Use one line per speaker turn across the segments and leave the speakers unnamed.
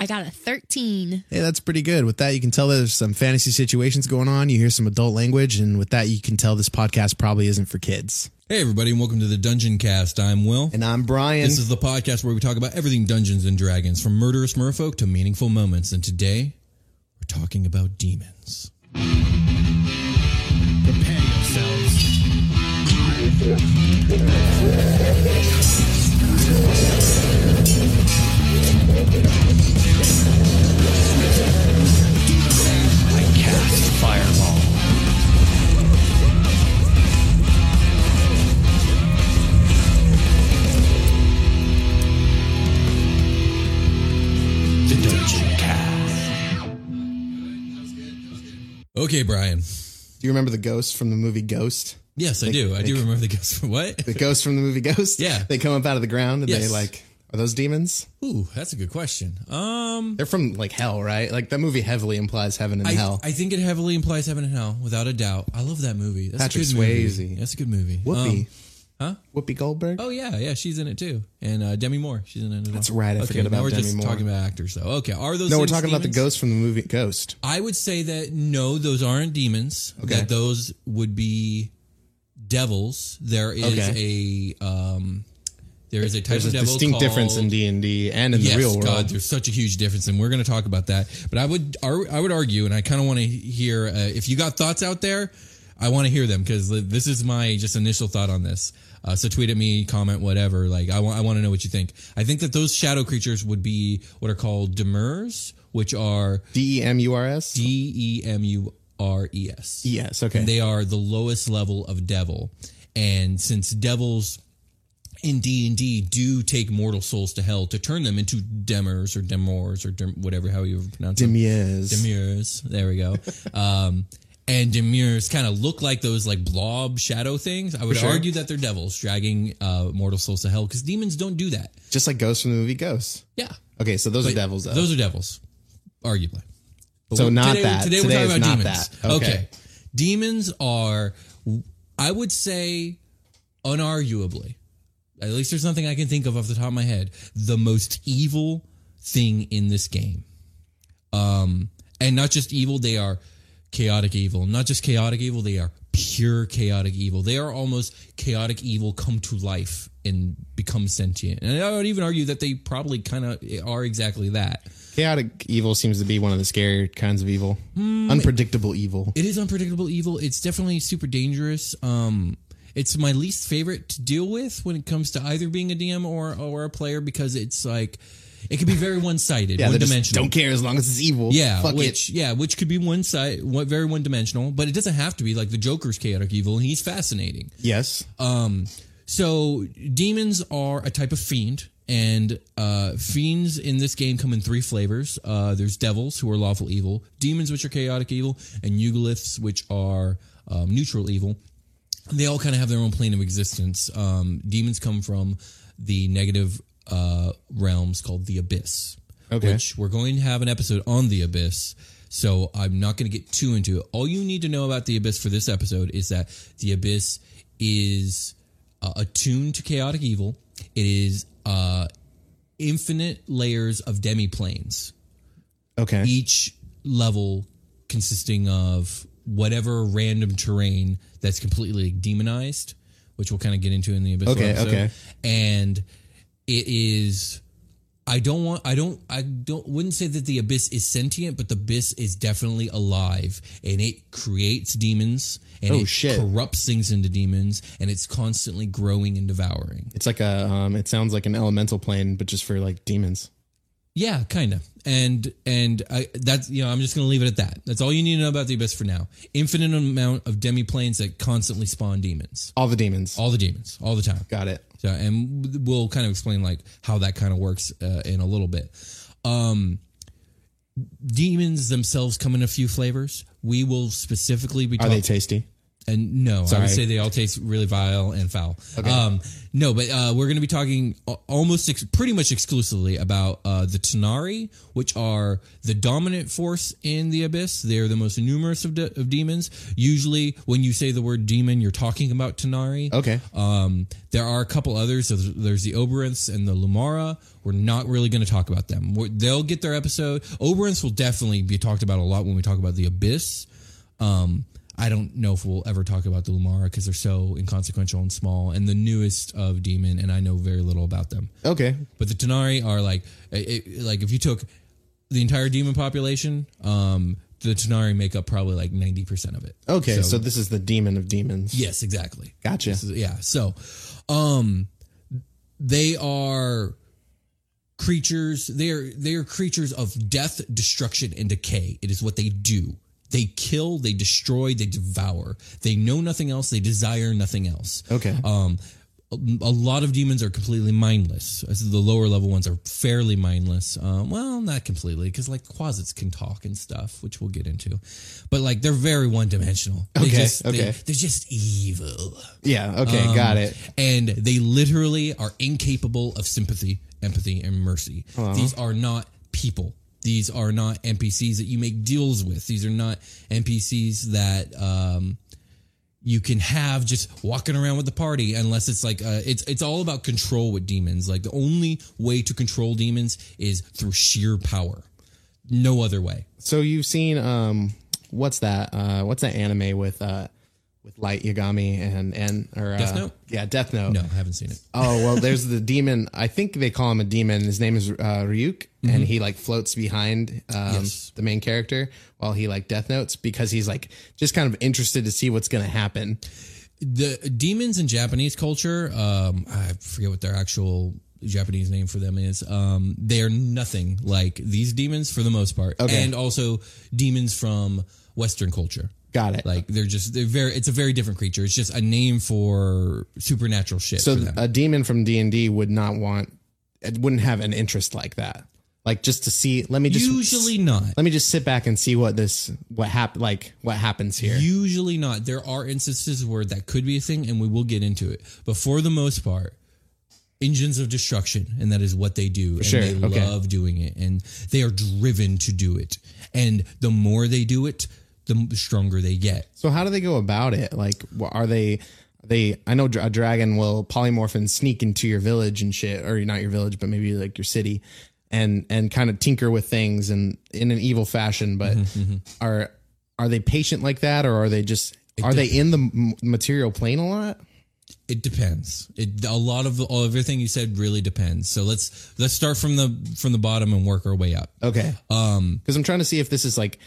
I got a 13.
Hey, that's pretty good. With that, you can tell there's some fantasy situations going on. You hear some adult language, and with that, you can tell this podcast probably isn't for kids.
Hey, everybody, and welcome to the Dungeon Cast. I'm Will.
And I'm Brian.
this is the podcast where we talk about everything Dungeons and Dragons, from murderous merfolk to meaningful moments. And today, we're talking about demons.
Prepare yourselves. I cast fireball. The Dungeon Cast.
Okay, Brian.
do you remember the ghost from the movie Ghost?
Yes, I do. I do remember the guess for what?
The ghost from the movie Ghost?
Yeah.
They come up out of the ground and they
Yes.
like, are those demons?
Ooh, that's a good question. Um,
They're from like hell, right? Like that movie heavily implies heaven and
I,
hell.
I think it heavily implies heaven and hell, without a doubt. I love that movie. That's
Patrick
a good movie.
Swayze.
That's a good movie.
Whoopi.
Um, huh?
Whoopi Goldberg?
Oh yeah, yeah, she's in it too, and uh, Demi Moore, she's in it. as
That's
well.
right, I
okay,
forget
now
about
we're
Demi
just
Moore.
talking about actors, though. Okay, are those?
no, we're
things
talking about the
demons?
ghost from the movie Ghost.
I would say that no, those aren't demons.
Okay.
That those would be devils. There is a um, there is a type
There's
of
a
devil
distinct
called-
difference in D&D and in
Yes,
the real world.
God, there's such a huge difference, and we're going to talk about that. But I would, ar- I would argue, and I kind of want to hear uh, if you got thoughts out there. I want to hear them because this is my just initial thought on this. Uh, so tweet at me, comment, whatever. Like I want, I want to know what you think. I think that those shadow creatures would be what are called demurs, which are
E D-E-M-U-R-S?
D E M U R E S.
yes, okay.
They are the lowest level of devil. And since devils in D&D do take mortal souls to hell to turn them into demers or demors or dem- whatever how you pronounce them.
Demiers.
Demures. There we go. um, and demures kind of look like those like blob shadow things. I would
sure.
argue that they're devils dragging uh, mortal souls to hell because demons don't do that.
Just like ghost from the movie Ghost.
Yeah.
Okay, so those are devils, though.
Those are devils, arguably. But
So
we-
not
today,
that.
Today,
Today
we're
is
talking about
not
demons.
that. Okay.
Okay. demons are, I would say, unarguably, at least there's nothing I can think of off the top of my head, the most evil thing in this game. Um, and not just evil; they are chaotic evil. Not just chaotic evil; they are pure chaotic evil. They are almost chaotic evil come to life and become sentient. And I would even argue that they probably kind of are exactly that.
Chaotic evil seems to be one of the scarier kinds of evil.
Hmm,
Unpredictable evil.
It is unpredictable evil. It's definitely super dangerous. Um, it's my least favorite to deal with when it comes to either being a DM or or a player because it's like it can be very one sided,
Yeah,
one
they just
dimensional.
don't care as long as it's evil.
Yeah,
Fuck
which
it.
yeah, which could be one side, one, very one dimensional, but it doesn't have to be. Like the Joker's chaotic evil, and he's fascinating.
Yes.
Um, so demons are a type of fiend, and uh, fiends in this game come in three flavors. Uh, there's devils who are lawful evil, demons which are chaotic evil, and Yugoliths which are um, neutral evil. They all kind of have their own plane of existence. Um, demons come from the negative uh, realms called the abyss,
Okay.
which we're going to have an episode on the abyss. So I'm not going to get too into it. All you need to know about the Abyss for this episode is that the Abyss is uh, attuned to chaotic evil. It is uh, infinite layers of demiplanes
Okay.
each level consisting of whatever random terrain that's completely demonized, which we'll kind of get into in the Abyssal
Okay,
episode.
okay.
And it is I don't want I don't I don't wouldn't say that the abyss is sentient, but the abyss is definitely alive and it creates demons and
Oh,
it
shit.
corrupts things into demons and it's constantly growing and devouring.
It's like a um it sounds like an elemental plane, but just for like demons.
Yeah, kind of. And and I that's you know I'm just gonna leave it at that. That's all you need to know about the abyss for now. Infinite amount of demiplanes that constantly spawn demons.
All the demons.
All the demons, all the time.
Got it.
So, and we'll kind of explain like how that kind of works uh, in a little bit. Um, demons themselves come in a few flavors. We will specifically be
Are
talking
they tasty?
and no, I
Sorry.
would say they all taste really vile and foul. Um, no, but uh, we're going to be talking al- almost ex- pretty much exclusively about uh, the Tenari, which are the dominant force in the Abyss. They're the most numerous of, de- of demons. Usually, when you say the word demon, you're talking about Tenari.
Okay.
Um, there are a couple others. There's, there's the Oberonths and the Lumara. We're not really going to talk about them. We're, they'll get their episode. Oberonths will definitely be talked about a lot when we talk about the Abyss. Um, I don't know if we'll ever talk about the Lumara because they're so inconsequential and small and the newest of Demon, and I know very little about them.
Okay.
But the Tenari are like, it, it- like if you took the entire demon population, um, the Tenari make up probably like 90% of it.
Okay. So, this is the demon of demons.
Yes, exactly.
Gotcha.
This is- yeah. So, um, they are creatures. They are they are creatures of death, destruction, and decay. It is what they do. They kill. They destroy. They devour. They know nothing else. They desire nothing else.
Okay.
Um, a a lot of demons are completely mindless. As The lower level ones are fairly mindless. Um, well, not completely, because like quasits can talk and stuff, which we'll get into. But like they're very one dimensional.
Okay,
They,
okay.
they're just evil.
yeah. Okay. got
um,
it.
And they literally are incapable of sympathy, empathy, and mercy. These are not people. These are not NPCs that you make deals with. These are not NPCs that um, you can have just walking around with the party unless it's like uh, it's it's all about control with demons like the only way to control demons is through sheer power no other way
So you've seen um what's that? Uh what's that anime with uh with Light Yagami and and or uh,
Death Note?
Yeah, Death Note.
no i haven't seen it
Oh well, there's the demon. I think they call him a demon. His name is uh, Ryuk, and he like floats behind um,
Mm-hmm. Yes.
the main character while he like death notes because he's like just kind of interested to see what's gonna happen.
the demons in Japanese culture, um, I forget what their actual Japanese name for them is. Um, they are nothing like these demons for the most part,
Okay.
and also demons from Western culture.
Got it.
Like they're just they're very. It's a very different creature. It's just a name for supernatural shit.
so
for them.
a demon from D and D would not want, it wouldn't have an interest like that. Like just to see. Let me just
usually not.
Let me just sit back and see what this what hap- like what happens here.
Usually not. There are instances where that could be a thing, and we will get into it. But for the most part, engines of destruction, and that is what they do. And
Sure,
they
okay.
love doing it, and they are driven to do it. And the more they do it, the m- stronger they get.
So how do they go about it? Like, wh- are they? They, I know dra- a dragon will polymorph and sneak into your village and shit, or not your village, but maybe like your city, and and kind of tinker with things and in an evil fashion. But are are they patient like that, or are they just are they in the m- material plane a lot?
It depends. It a lot of all, everything you said really depends. So let's let's start from the from the bottom and work our way up.
Okay, um, because I'm trying to see if this is like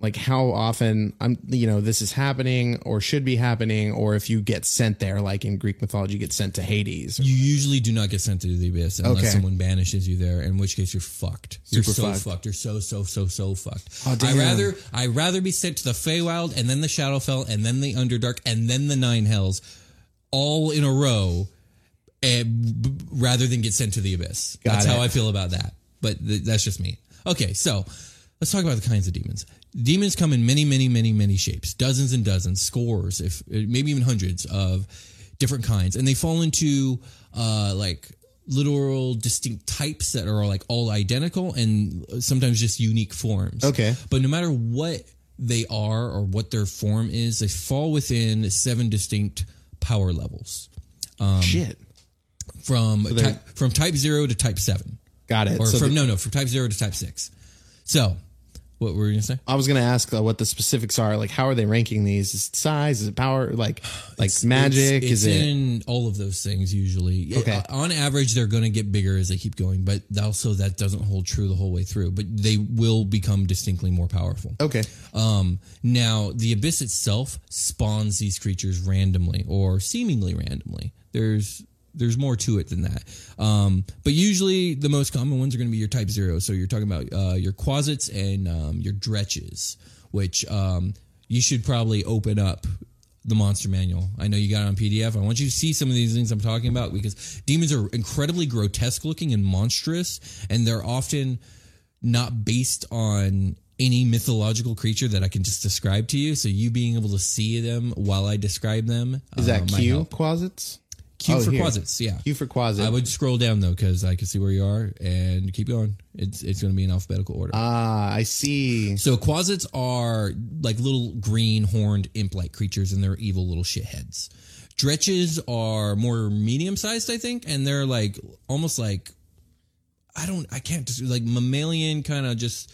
like how often I'm you know this is happening or should be happening, or if you get sent there, like in Greek mythology, you get sent to Hades.
You usually do not get sent to the abyss unless
Okay.
someone banishes you there, in which case you're fucked. You're
Super
so
fucked. Oh,
fucked. You're so so so so fucked.
damn.
I rather I rather be sent to the Feywild and then the Shadowfell and then the Underdark and then the Nine Hells, all in a row, and, b- b- rather than get sent to the abyss. that's
it.
how I feel about that. But th- that's just me. Okay, so let's talk about the kinds of demons. Demons come in many, many, many, many shapes, dozens and dozens, scores, if maybe even hundreds of different kinds, and they fall into uh, like literal distinct types that are like all identical and uh, sometimes just unique forms.
Okay.
But no matter what they are or what their form is, they fall within seven distinct power levels Um,
Shit.
from type, from type 0 to type 7.
Got it.
Or
So
from
the-
no no, from type 0 to type 6. So, what were you going to say?
I was gonna ask uh, what the specifics are. Like, how are they ranking these? Is it size? Is it power? Like, like magic?
It's, it's
is it?
in all of those things usually.
Okay.
Okay. On average, they're going to get bigger as they keep going, but also that doesn't hold true the whole way through. But they will become distinctly more powerful.
Okay.
Um, now, the abyss itself spawns these creatures randomly or seemingly randomly. There's there's more to it than that. Um, but usually, the most common ones are going to be your type zero. So you're talking about uh, your quasits and um, your dretches, which um, you should probably open up the monster manual. I know you got it on PDF. I want you to see some of these things I'm talking about because demons are incredibly grotesque looking and monstrous, and they're often not based on any mythological creature that I can just describe to you. So you being able to see them while I describe them
Is that
uh, might
Q
help.
quasits?
Q
Oh,
for
here.
quasits, yeah.
Q for quasit.
I would scroll down though because I can see where you are and keep going. It's it's going to be in alphabetical order.
Ah, I see.
so quasits are like little green horned imp like creatures, and they're evil little shitheads. Dretches are more medium sized, I think, and they're like almost like I don't I can't just like mammalian kind of just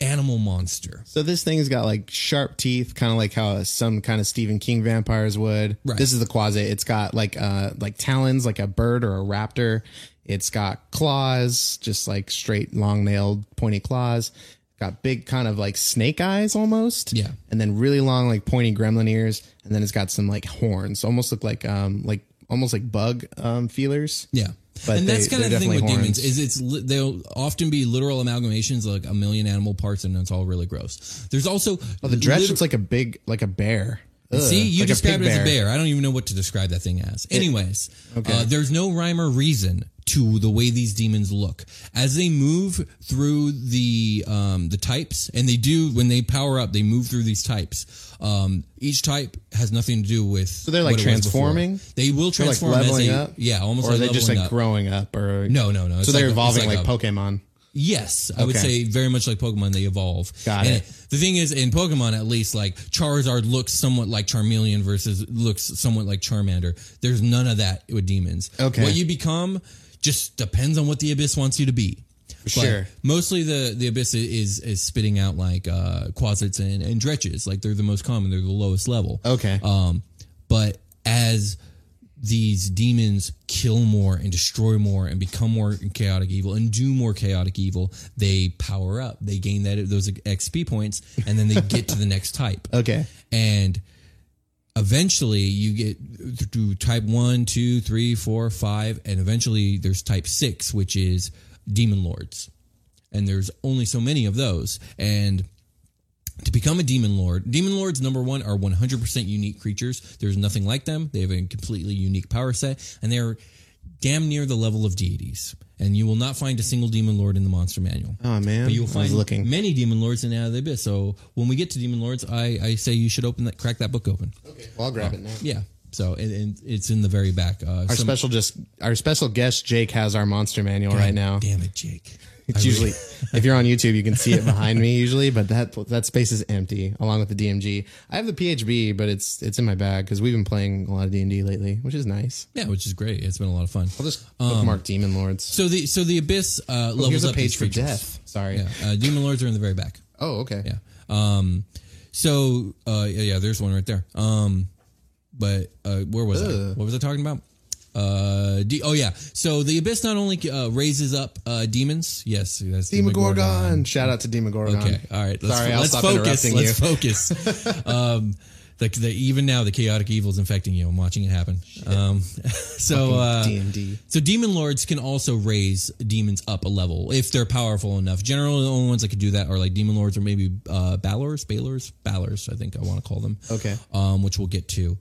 animal monster.
So this thing's got like sharp teeth, kind of like how some kind of Stephen King vampires would.
Right.
This is the quasit. It's got like uh like talons, like a bird or a raptor. It's got claws, just like straight, long nailed, pointy claws. Got big, kind of like snake eyes almost.
Yeah.
and then really long, like pointy gremlin ears, and then it's got some like horns, almost look like um like almost like bug um feelers.
Yeah.
But
and that's
they-
kind of
they're
the thing with
definitely
demons
horns.
is it's li- they'll often be literal amalgamations like a million animal parts and it's all really gross. There's also
Oh, the dredge
lit-
looks like a big, like a bear. Ugh,
See,
Uh,
you
like
described
pig
it as a bear. I don't even know what to describe that thing as. Anyways, uh, there's no rhyme or reason to the way these demons look as they move through the um, the types, and they do when they power up. They move through these types. Um, each type has nothing to do with. So
they're, like, transforming?
They will
They're like
transform as
leveling
they,
up.
yeah, almost.
Or
like
are they just
leveling
like
up.
growing up? Or
No, no, no. It's
So they're
like a- it's
evolving
like
like,
a-
Pokemon.
Yes, I would
Okay.
say very much like Pokemon, they evolve.
Got
And
it.
The thing is, in Pokemon at least, like Charizard looks somewhat like Charmeleon versus looks somewhat like Charmander. There's none of that with demons.
Okay.
what you become just depends on what the Abyss wants you to be.
sure.
Mostly the the Abyss i- is is spitting out like uh, Quasits and, and Dretches. Like they're the most common. They're the lowest level.
Okay.
Um, but as these demons kill more and destroy more and become more chaotic evil and do more chaotic evil, they power up. They gain that those XP points and then they get to the next type.
okay.
And eventually you get through type one, two, three, four, five, and eventually there's type six, which is demon lords. And there's only so many of those. And to become a demon lord, demon lords number one are 100% unique creatures. There's nothing like them. They have a completely unique power set, and they're damn near the level of deities. And you will not find a single demon lord in the monster manual.
Oh man,
But you'll
I
find
was looking.
many demon lords in Out of the Abyss. So when we get to demon lords, I, I say you should open that, crack that book open.
I'll grab it now.
Yeah. So and, and it's in the very back. Uh,
Our
some-
special just our special guest Jake has our monster manual right now.
Damn it, Jake. I
It's
really-
usually if you're on YouTube, you can see it behind me usually, but that that space is empty along with the DMG. I have the PHB, but it's it's in my bag because we've been playing a lot of D and D lately, which is nice.
yeah, which is great. It's been a lot of fun.
I'll just bookmark Demon Lords.
so the so the abyss uh, levels
Oh, Here's a
up
page
these
for
creatures.
death. Sorry.
Yeah, uh, demon lords are in the very back.
Oh, okay.
Yeah. Um. So uh, yeah, yeah, there's one right there. Um. But uh, where was I? What was I talking about? Uh, de- oh yeah. So the abyss not only uh, raises up uh, demons. Yes, that's Demogorgon.
Demogorgon. Shout out to Demogorgon.
Okay. All right. Let's,
Sorry, I'll
let's
stop
focus.
interrupting
Let's
you.
focus. um, the, the, even now, the chaotic evil is infecting you. I'm watching it happen. Um, so, uh,
Fucking D&D.
so demon lords can also raise demons up a level if they're powerful enough. Generally, the only ones that could do that are like demon lords or maybe uh, balors, balors, balors. I think I want to call them.
Okay.
Um, which we'll get to.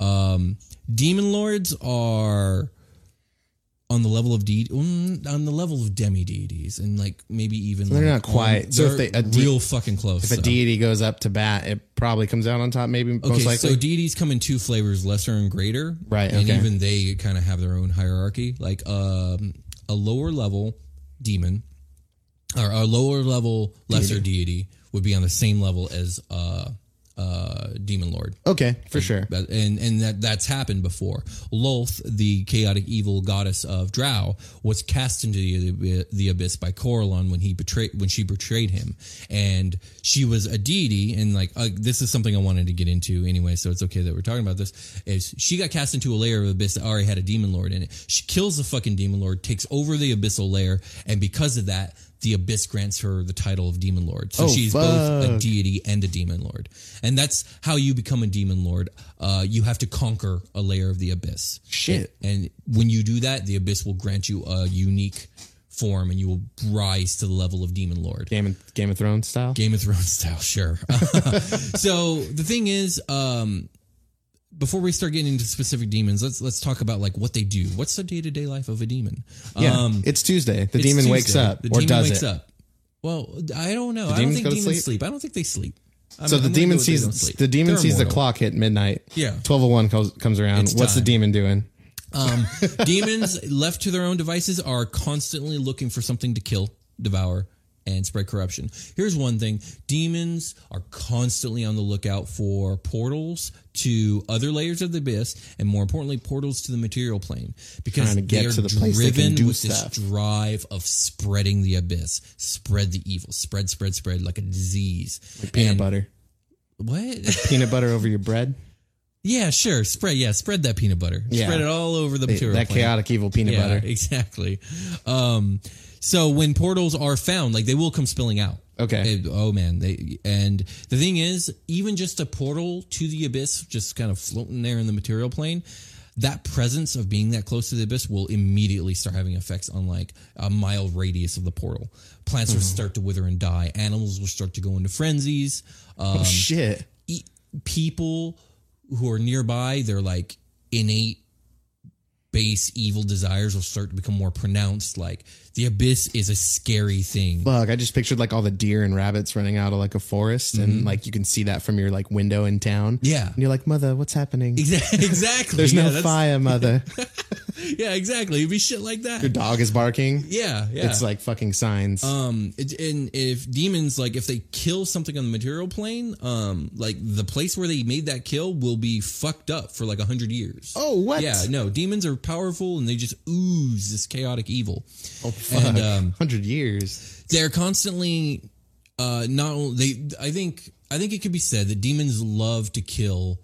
Um, demon lords are on the level of de- mm, on the level of demi deities, and like maybe even
they're
like,
not quite. So
they're
if they- a de-
real fucking close.
If a
though.
deity goes up to bat, it probably comes out on top. Maybe
Okay,
most likely.
so deities come in two flavors, lesser and greater.
Right,
And
okay.
even they kind of have their own hierarchy. Like um, a lower level demon or a lower level lesser deity would be on the same level as uh, uh, demon lord.
okay, for sure.
But- And and that that's happened before. Lolth, the chaotic evil goddess of Drow, was cast into the, the abyss by Coralon when he betrayed when she betrayed him, and she was a deity. And like uh, this is something I wanted to get into anyway, so it's okay that we're talking about this. Is she got cast into a layer of abyss that already had a demon lord in it? She kills the fucking demon lord, takes over the abyssal layer, and because of that. The abyss grants her the title of demon lord, so
Oh,
she's both a
fuck.
deity and a demon lord. And that's how you become a demon lord. Uh, you have to conquer a layer of the abyss.
Shit.
And when you do that, the abyss will grant you a unique form and you will rise to the level of demon lord.
Game of Game of Thrones style.
Game of Thrones style, sure. so the thing is, um, before we start getting into specific demons, let's let's talk about like what they do. What's the day to day life of a demon?
yeah,
Um,
it's Tuesday. The
it's
demon
Tuesday.
wakes up
The
or
demon
does
wakes
it?
up. Well, I don't know. I don't
demons
think
go to
demons
sleep?
sleep? I don't think they sleep. I
So
mean,
the
I'm gonna go
demon
with they don't
sees
sleep.
the demon
They're
sees the
immortal.
clock hit midnight.
Yeah.
twelve oh one comes comes around.
It's
What's the
time.
demon doing?
Um, demons left to their own devices are constantly looking for something to kill, devour, and spread corruption. Here's one thing demons are constantly on the lookout for portals to other layers of the abyss, and more importantly, portals to the material plane because
Trying to get
they are
to the
driven
place they can do
with
stuff.
this drive of spreading the abyss, spread the evil, spread, spread, spread like a disease. Like
Peanut butter.
What?
Peanut butter over your bread.
yeah, sure. Spread, yeah, spread that peanut butter.
Yeah.
Spread it all over the material
That
plane.
chaotic evil peanut
yeah,
butter.
Exactly. Um, so when portals are found, like they will come spilling out.
Okay.
It- oh man. They and the thing is, even just a portal to the abyss, just kind of floating there in the material plane. That presence of being that close to the abyss will immediately start having effects on like a mile radius of the portal. Plants
Mm-hmm.
will start to wither and die. Animals will start to go into frenzies. Um,
Shit.
e- people who are nearby, their like innate base evil desires will start to become more pronounced. Like the abyss is a scary thing.
Fuck, I just pictured like all the deer and rabbits running out of like a forest and like you can see that from your like window in town.
Mm-hmm. Yeah.
And you're like, Mother, what's happening?
Exa- Exactly.
There's
yeah,
no
that's-
fire, Mother.
Yeah, exactly. It'd be shit like that.
your dog is barking.
Yeah, yeah.
It's like fucking signs.
um, it, and if demons like if they kill something on the material plane, um, like the place where they made that kill will be fucked up for like a hundred years.
Oh, what?
Yeah, no, demons are powerful and they just ooze this chaotic evil. Oh fuck. And, um,
Hundred years.
they're constantly uh not only they i think i think it could be said that demons love to kill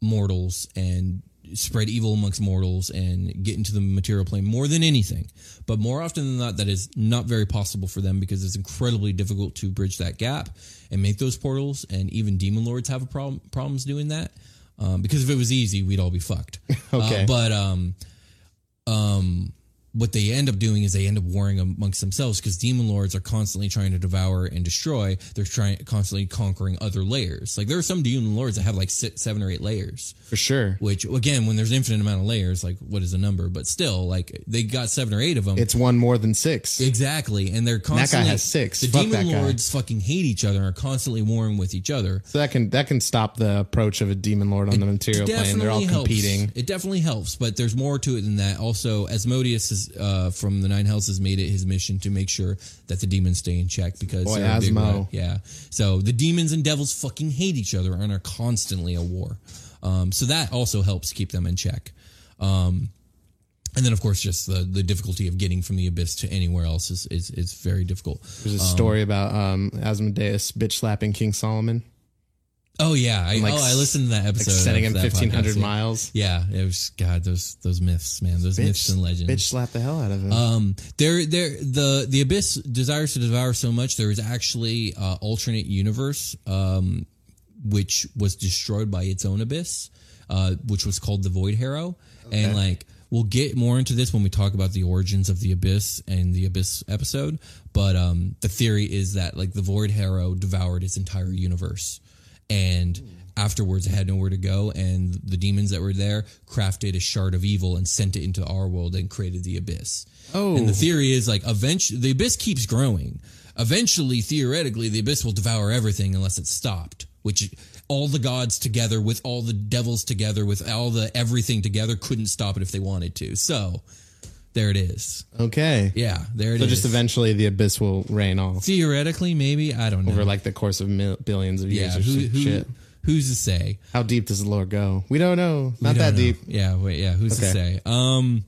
mortals and spread evil amongst mortals and get into the material plane more than anything but more often than not that is not very possible for them because it's incredibly difficult to bridge that gap and make those portals and even demon lords have a problem problems doing that um, because if it was easy we'd all be fucked Uh,
Okay.
but um um what they end up doing is they end up warring amongst themselves because demon lords are constantly trying to devour and destroy. They're trying constantly conquering other layers. Like there are some demon lords that have like six, seven or eight layers.
For sure.
Which again, when there's infinite amount of layers, like what is the number? But still, like they got seven or eight of them.
It's one more than six.
exactly, and they're constantly
has six.
The
Fuck that
demon
guy.
lords fucking hate each other and are constantly warring with each other.
so that can that can stop the approach of a demon lord on the material plane. They're all
helps.
competing.
It definitely helps, but there's more to it than that. Also, Asmodeus is, uh, from the Nine Hells has made it his mission to make sure that the demons stay in check because
Boy,
they're a big
Asmo.
rat. yeah. So the demons and devils fucking hate each other and are constantly at war. Um, so that also helps keep them in check. Um, and then, of course, just the, the difficulty of getting from the abyss to anywhere else is is, is very difficult.
There's a story about um Asmodeus bitch slapping King Solomon.
Oh yeah, I,
like,
oh, I listened to that
Like
episode.
sending
of
him
that
fifteen hundred
podcast, yeah.
miles.
Yeah, it was God. Those those myths, man. Those myths and legends.
Bitch slapped the hell out of him.
Um, there, there, the the abyss desires to devour so much. There is actually uh, alternate universe, um, which was destroyed by its own abyss, uh, which was called the Void Harrow, and like. We'll get more into this when we talk about the origins of the abyss and the abyss episode. But
Hmm.
um, the theory is that like the void harrow devoured its entire universe, and afterwards, I had nowhere to go, and the demons that were there crafted a shard of evil and sent it into our world and created the abyss.
Oh.
and the theory is like eventually the abyss keeps growing. Eventually, theoretically, the abyss will devour everything unless it's stopped. Which all the gods together, with all the devils together, with all the everything together, couldn't stop it if they wanted to. So there it is.
Okay.
Yeah, there it is.
So just eventually the abyss will rain off
theoretically, maybe I don't know.
over like the course of mil- billions of years
yeah,
or
who,
some
who-
shit.
who's to say?
How deep does the lore go? We don't know. Not that
We don't know.
deep.
Yeah, wait, yeah, who's to
Okay.
say? Um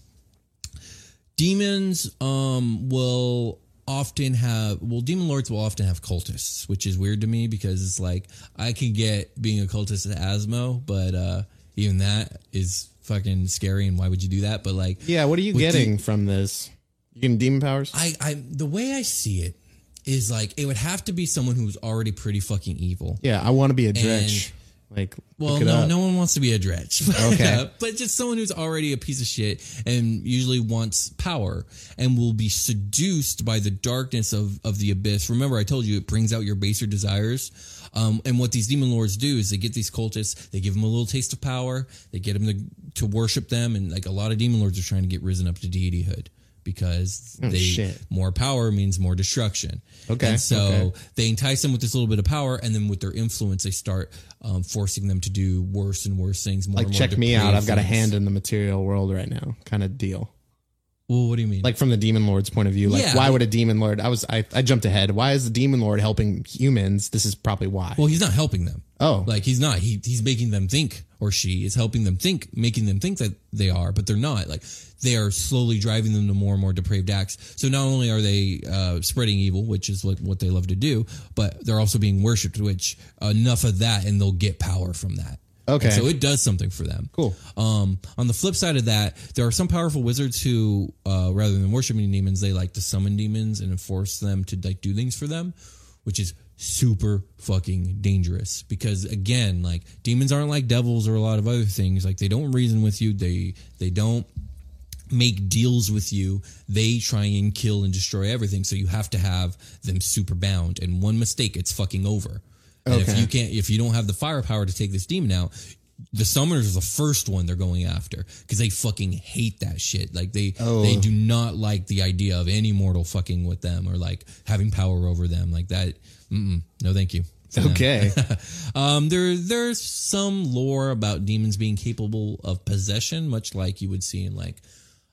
demons um will often have well demon lords will often have cultists, which is weird to me because it's like I can get being a cultist at Asmo, but uh even that is fucking scary and why would you do that? But like
Yeah, what are you
With
getting from this? You getting demon powers?
I, I the way I see it is like it would have to be someone who's already pretty fucking evil.
yeah, I want to be a dredge. Like,
Well,
look it
no,
up.
no one wants to be a dredge.
Okay.
but just someone who's already a piece of shit and usually wants power and will be seduced by the darkness of, of the abyss. Remember, I told you it brings out your baser desires. Um, and what these demon lords do is they get these cultists, they give them a little taste of power, they get them to, to worship them. And like a lot of demon lords are trying to get risen up to deityhood because they
Hmm, shit.
more power means more destruction.
Okay,
And so
okay.
they entice them with this little bit of power, and then with their influence, they start um, forcing them to do worse and worse things. More
like
and more
check me out.
depraved
I've got a
things.
hand in the material world right now, kind of deal.
Well, what do you mean?
Like from the demon lord's point of view, like
Yeah.
why would a demon lord? I was I, I jumped ahead. Why is the demon lord helping humans? This is probably why.
well, he's not helping them.
oh,
Like he's not. He he's making them think, or she is helping them think, making them think that they are, but they're not. Like they are slowly driving them to more and more depraved acts. So not only are they uh, spreading evil, which is like what they love to do, but they're also being worshipped. Which enough of that, and they'll get power from that.
Okay.
And so it does something for them.
Cool.
Um, on the flip side of that, there are some powerful wizards who, uh, rather than worshiping demons, they like to summon demons and enforce them to like do things for them, which is super fucking dangerous. Because again, like demons aren't like devils or a lot of other things. Like they don't reason with you. They they don't make deals with you, they try and kill and destroy everything. So you have to have them super bound. And one mistake, it's fucking over. And if
Okay.
you can't, if you don't have the firepower to take this demon out, the summoners are the first one they're going after because they fucking hate that shit. Like they,
Oh.
they do not like the idea of any mortal fucking with them or like having power over them like that. Mm-mm, no, thank you.
okay.
Um, there there's some lore about demons being capable of possession, much like you would see in like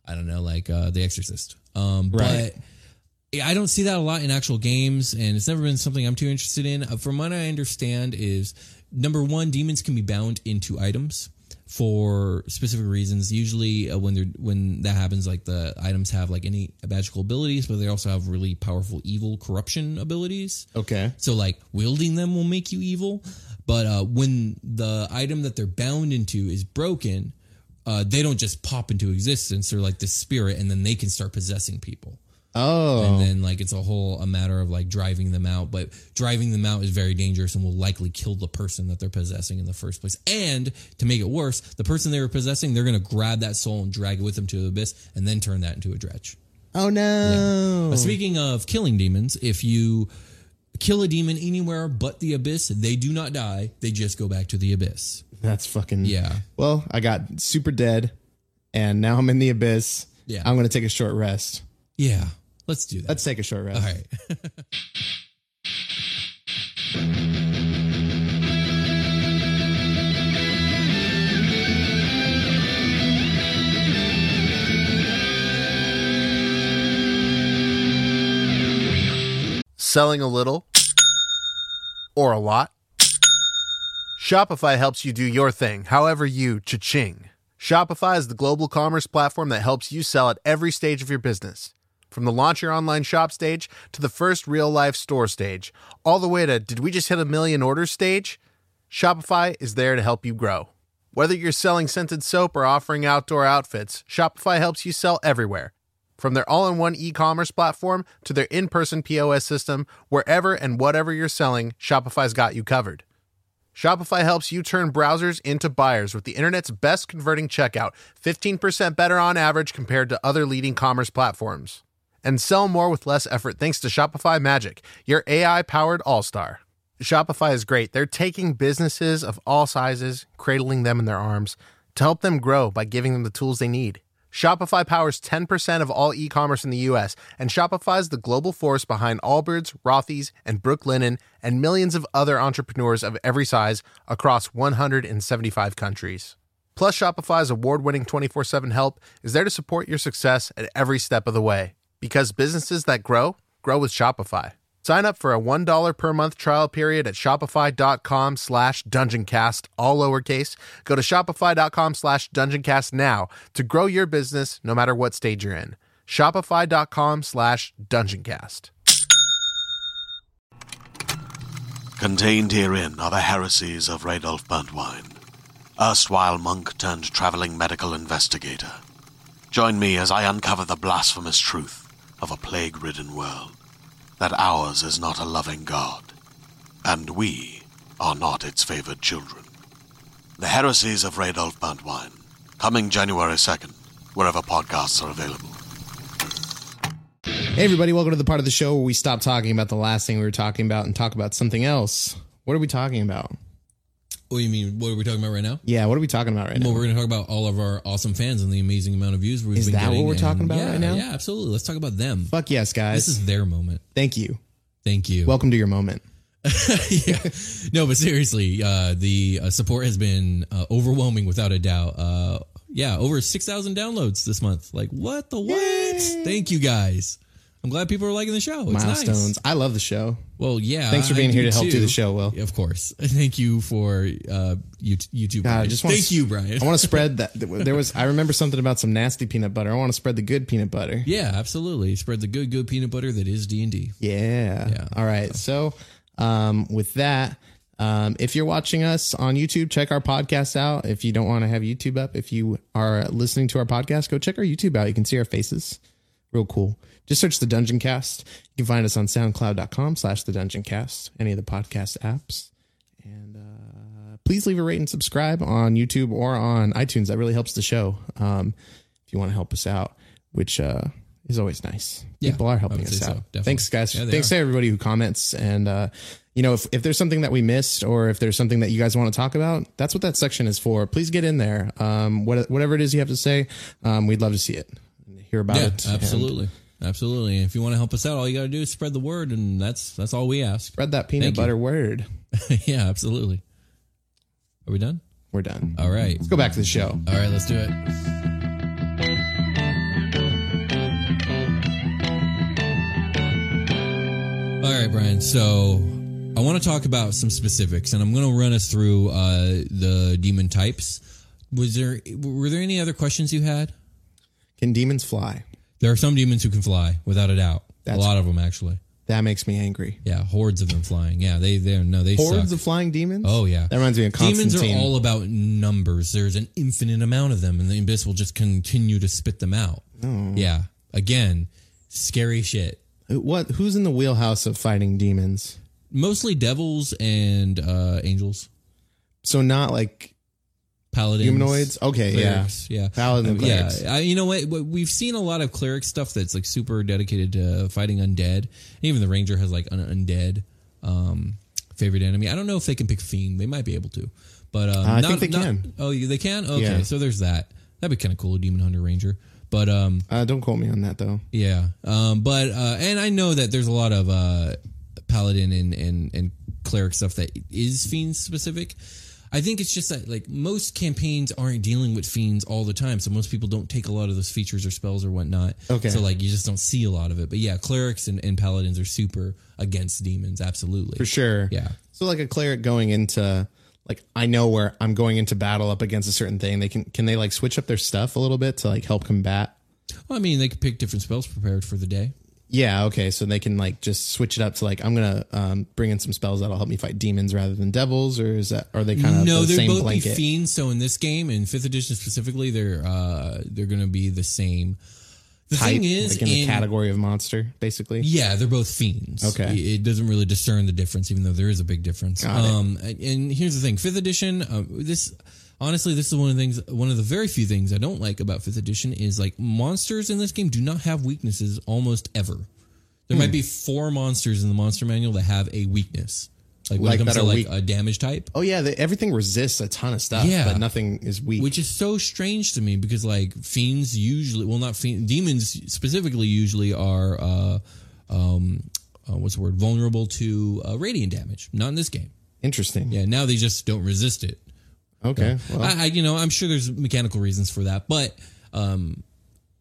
I don't know, like uh, The Exorcist. Um,
Right.
But yeah, I don't see that a lot in actual games, and it's never been something I'm too interested in. Uh, From what I understand, is number one, demons can be bound into items for specific reasons. Usually, uh, when they're when that happens, like the items have like any magical abilities, but they also have really powerful evil corruption abilities.
okay.
So like wielding them will make you evil, but uh, when the item that they're bound into is broken, uh, they don't just pop into existence. They're like this spirit, and then they can start possessing people.
Oh,
And then like it's a whole a matter of like driving them out, but driving them out is very dangerous and will likely kill the person that they're possessing in the first place. And to make it worse, the person they were possessing, they're gonna grab that soul and drag it with them to the abyss, and then turn that into a dredge.
oh no.
Uh, Speaking of killing demons, if you kill a demon anywhere but the abyss, they do not die. They just go back to the abyss.
That's fucking
Yeah.
Well, I got super dead, and now I'm in the abyss.
Yeah.
I'm gonna take a short rest.
Yeah. Let's do that.
Let's take a short rest.
All right.
Selling a little or a lot? Shopify helps you do your thing, however you cha-ching. Shopify is the global commerce platform that helps you sell at every stage of your business. From the launch your online shop stage to the first real life store stage, all the way to did we just hit a million orders stage? Shopify is there to help you grow. Whether you're selling scented soap or offering outdoor outfits, Shopify helps you sell everywhere. From their all in one e commerce platform to their in person POS system, wherever and whatever you're selling, Shopify's got you covered. Shopify helps you turn browsers into buyers with the internet's best converting checkout, 15% better on average compared to other leading commerce platforms. And sell more with less effort thanks to Shopify Magic, your AI powered all star. Shopify is great. They're taking businesses of all sizes, cradling them in their arms to help them grow by giving them the tools they need. Shopify powers 10% of all e commerce in the US, and Shopify's the global force behind Allbirds, Rothy's, and Brooklinen, and millions of other entrepreneurs of every size across 175 countries. Plus, Shopify's award winning 24 7 help is there to support your success at every step of the way. Because businesses that grow, grow with Shopify. Sign up for a $1 per month trial period at shopify.com slash dungeoncast, all lowercase. Go to shopify.com slash dungeoncast now to grow your business no matter what stage you're in. Shopify.com slash dungeoncast.
Contained herein are the heresies of Radolf Buntwine, erstwhile monk turned traveling medical investigator. Join me as I uncover the blasphemous truth of a plague ridden world that ours is not a loving God, and we are not its favored children. The heresies of Radolf Buntwine, coming January 2nd, wherever podcasts are available.
Hey, everybody, welcome to the part of the show where we stop talking about the last thing we were talking about and talk about something else. What are we talking about?
What do you mean? What are we talking about right now?
Yeah, what are we talking about right
Well,
now?
we're going to talk about all of our awesome fans and the amazing amount of views we've
Is
been
that what
getting,
we're talking
and-
about
yeah,
right now?
Yeah, absolutely. Let's talk about them.
Fuck yes, guys.
This is their moment.
Thank you.
Thank you.
Welcome to your moment.
yeah. No, but seriously, uh, the uh, support has been uh, overwhelming without a doubt. Uh, yeah, over 6,000 downloads this month. Like, what the what? Thank you guys. I'm glad people are liking the show. It's nice.
Milestones. I love the show.
Well, yeah.
Thanks for
I
being here to help do
too.
the show, Will.
Of course. Thank you for uh, you, you too,
God,
Brian.
I just want
Thank you, Brian.
I want to spread that. There was. I remember something about some nasty peanut butter. I want to spread the good peanut butter.
yeah, absolutely. Spread the good, good peanut butter that is D&D.
Yeah.
Yeah.
All right. So, um, with that, um, if you're watching us on YouTube, check our podcast out. If you don't want to have YouTube up, if you are listening to our podcast, go check our YouTube out. You can see our faces. Real cool. Just search the Dungeon Cast. You can find us on soundcloud.com slash the Dungeon Cast, any of the podcast apps. And uh, please leave a rate and subscribe on YouTube or on iTunes. That really helps the show. Um, if you want to help us out, which uh, is always nice.
Yeah,
People are
I
helping
would
us
say so,
out.
definitely.
Thanks, guys.
Yeah, they
Thanks
are.
to everybody who comments. And, uh, you know, if, if there's something that we missed or if there's something that you guys want to talk about, that's what that section is for. Please get in there. Um, what, whatever it is you have to say, um, we'd love to see it and hear about
Yeah,
it. and
absolutely. Absolutely. And if you want to help us out, all you got to do is spread the word and that's that's all we ask.
Spread that peanut
Thank you.
butter word.
yeah, absolutely. Are we done?
We're done.
All right.
Let's go back to the show.
All right, let's do it. All right, Brian. So I want to talk about some specifics, and I'm going to run us through uh, the demon types. Was there were there any other questions you had?
Can demons fly?
There are some demons who can fly, without a doubt.
That's-
a lot of them, actually.
That makes me angry.
Yeah, hordes of them flying. Yeah, they they no they
Hordes
suck.
of flying demons?
Oh yeah,
That reminds me of
demons are
Constantine.
all about numbers. There's an infinite amount of them, and the abyss will just continue to spit them out. Yeah, again, scary shit.
What? Who's in the wheelhouse of fighting demons?
Mostly devils and uh, angels,
So not like
paladins,
humanoids. Okay,
clerics,
yeah,
yeah,
Paladin and
Uh, yeah.
clerics.
I, you know what? What- We've seen a lot of cleric stuff that's like super dedicated to fighting undead. Even the ranger has like an undead um, favorite enemy. I don't know if they can pick fiend. They might be able to, but um,
Uh, I
not-
think they
not-
can.
Oh, they can. Okay,
Yeah.
so there's that. That'd be kind of cool, a demon hunter ranger. But um,
Uh, don't quote me on that though.
yeah. Um, but uh, and I know that there's a lot of uh, paladin and, and and cleric stuff that is fiend specific. I think it's just that like most campaigns aren't dealing with fiends all the time, so most people don't take a lot of those features or spells or whatnot.
Okay.
So like you just don't see a lot of it. But yeah, clerics and, and paladins are super against demons, absolutely.
For sure.
Yeah.
So like a cleric going into like I know where I'm going into battle up against a certain thing. They can can they like switch up their stuff a little bit to like help combat?
Well, I mean, they could pick different spells prepared for the day.
Yeah, okay. So they can like just switch it up to like I'm gonna um, bring in some spells that'll help me fight demons rather than devils, or is that are they kind of
no,
the
they'd
same
both
blanket?
be fiends. So in this game, in fifth edition specifically, they're uh, they're going to be the same. The
type,
thing is,
like in the
in-
category of monster, basically.
Yeah, they're both fiends.
Okay.
It it doesn't really discern the difference, even though there is a big difference.
Got it.
Um, and- and here's the thing: fifth edition. Uh, this, honestly, this is one of the things. One of the very few things I don't like about fifth edition is like monsters in this game do not have
Hmm.
weaknesses almost ever. There might be four monsters in the monster manual that have a weakness. Like when
Like
it comes
that
to
are
like
weak.
a damage type,
Oh yeah, they, everything resists a ton of stuff,
Yeah.
but nothing is weak.
which is so strange to me because like fiends usually, well, not fiend, demons specifically usually are, uh, um, uh, what's the word? Vulnerable to uh, radiant damage. Not in this game.
Interesting.
Yeah. Now they just don't resist it.
Okay. Well,
I, I, you know, I'm sure there's mechanical reasons for that, but, um,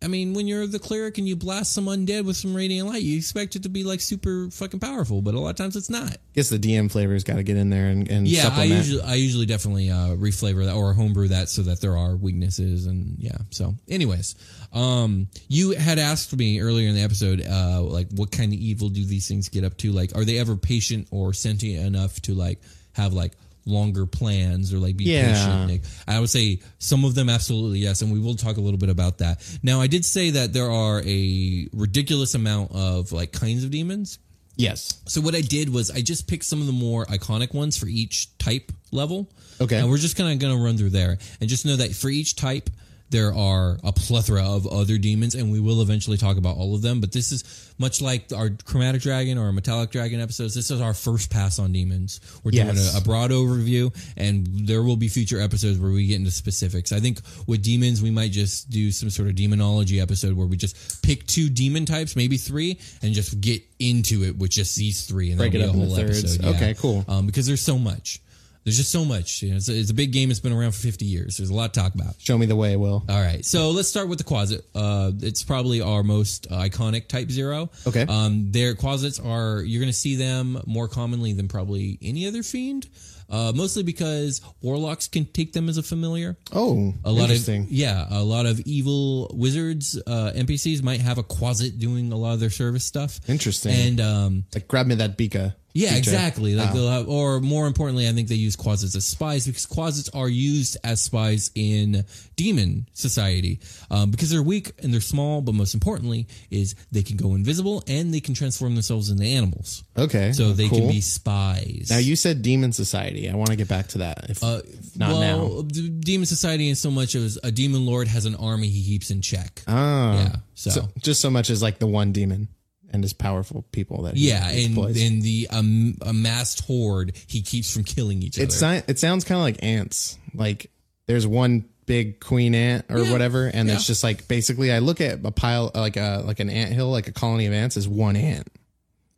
I mean, when you're the cleric and you blast some undead with some radiant light, you expect it to be like super fucking powerful, but a lot of times it's not.
guess the DM flavor's got to get in there and, and
Yeah,
supplement.
I usually I usually definitely uh, reflavor that or homebrew that so that there are weaknesses and yeah. So, anyways, um, you had asked me earlier in the episode, uh, like what kind of evil do these things get up to? Like, are they ever patient or sentient enough to like have like longer plans or like be
Yeah.
patient? Nick? I would say some of them absolutely yes, and we will talk a little bit about that. Now, I did say that there are a ridiculous amount of like kinds of demons.
yes.
So what I did was I just picked some of the more iconic ones for each type level.
Okay.
And we're just kind of going to run through there and just know that for each type there are a plethora of other demons and we will eventually talk about all of them, but this is much like our chromatic dragon or our metallic dragon episodes. This is our first pass on demons. We're doing
Yes.
a, a broad overview and there will be future episodes where we get into specifics. I think with demons we might just do some sort of demonology episode where we just pick two demon types, maybe three, and just get into it with just these three and
Break
that'll
it up
be a
into
whole
thirds.
episode. yeah.
Okay, cool.
Um, because there's so much. There's just so much. You know, it's, a, it's a big game. It's been around for 50 years. There's a lot to talk about.
Show me the way, Will.
All right, so let's start with the Quasit. Uh, it's probably our most iconic Type Zero.
Okay.
Um, their Quasits are you're going to see them more commonly than probably any other fiend, uh, mostly because warlocks can take them as a familiar.
oh,
A lot
interesting.
of yeah, a lot of evil wizards, uh, NPCs might have a Quasit doing a lot of their service stuff.
Interesting.
And um,
like grab me that beaker.
yeah,
feature.
exactly. Like they'll have, or more importantly, I think they use quasits as spies because quasits are used as spies in demon society um, because they're weak and they're small. But most importantly, is they can go invisible and they can transform themselves into animals,
Okay.
so they can
cool.
be spies. Uh,
Now you said demon society. I want to get back to that. If if not now.
well, d- demon society in so much as a demon lord has an army he keeps in check.
Oh.
yeah, so.
So, just so much as like the one demon and his powerful people that he
yeah, and,
exploits.
and the um, amassed horde he keeps from killing each other.
It's si- it sounds kind of like ants. Like there's one big queen ant or whatever, and it's just like basically I look at a pile like a like an ant hill, like a colony of ants is one ant.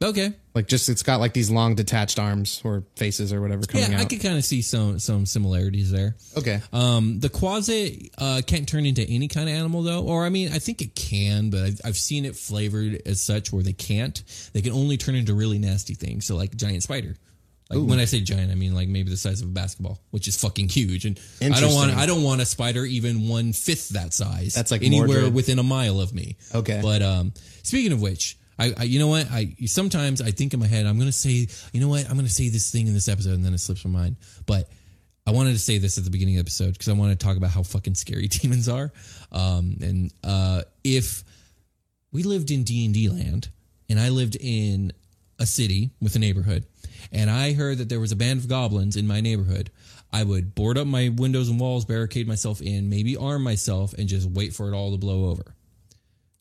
okay,
Like just it's got like these long detached arms or faces or whatever coming
yeah,
out.
I could kind of see some some similarities there.
okay.
Um, the quasi uh, can't turn into any kind of animal though, or I mean, I think it can, but I've, I've seen it flavored as such where they can't. They can only turn into really nasty things, so like giant spider. Like when I say giant, I mean like maybe the size of a basketball, which is fucking huge. And I don't want
Interesting.
I don't want a spider even one fifth that size.
That's like
anywhere
Mordred.
within a mile of me.
Okay.
but um, speaking of which. I, I, you know what? I sometimes I think in my head I'm gonna say, you know what? I'm gonna say this thing in this episode, and then it slips my mind. But I wanted to say this at the beginning of the episode because I want to talk about how fucking scary demons are. Um, and uh, if we lived in D and D land, and I lived in a city with a neighborhood, and I heard that there was a band of goblins in my neighborhood, I would board up my windows and walls, barricade myself in, maybe arm myself, and just wait for it all to blow over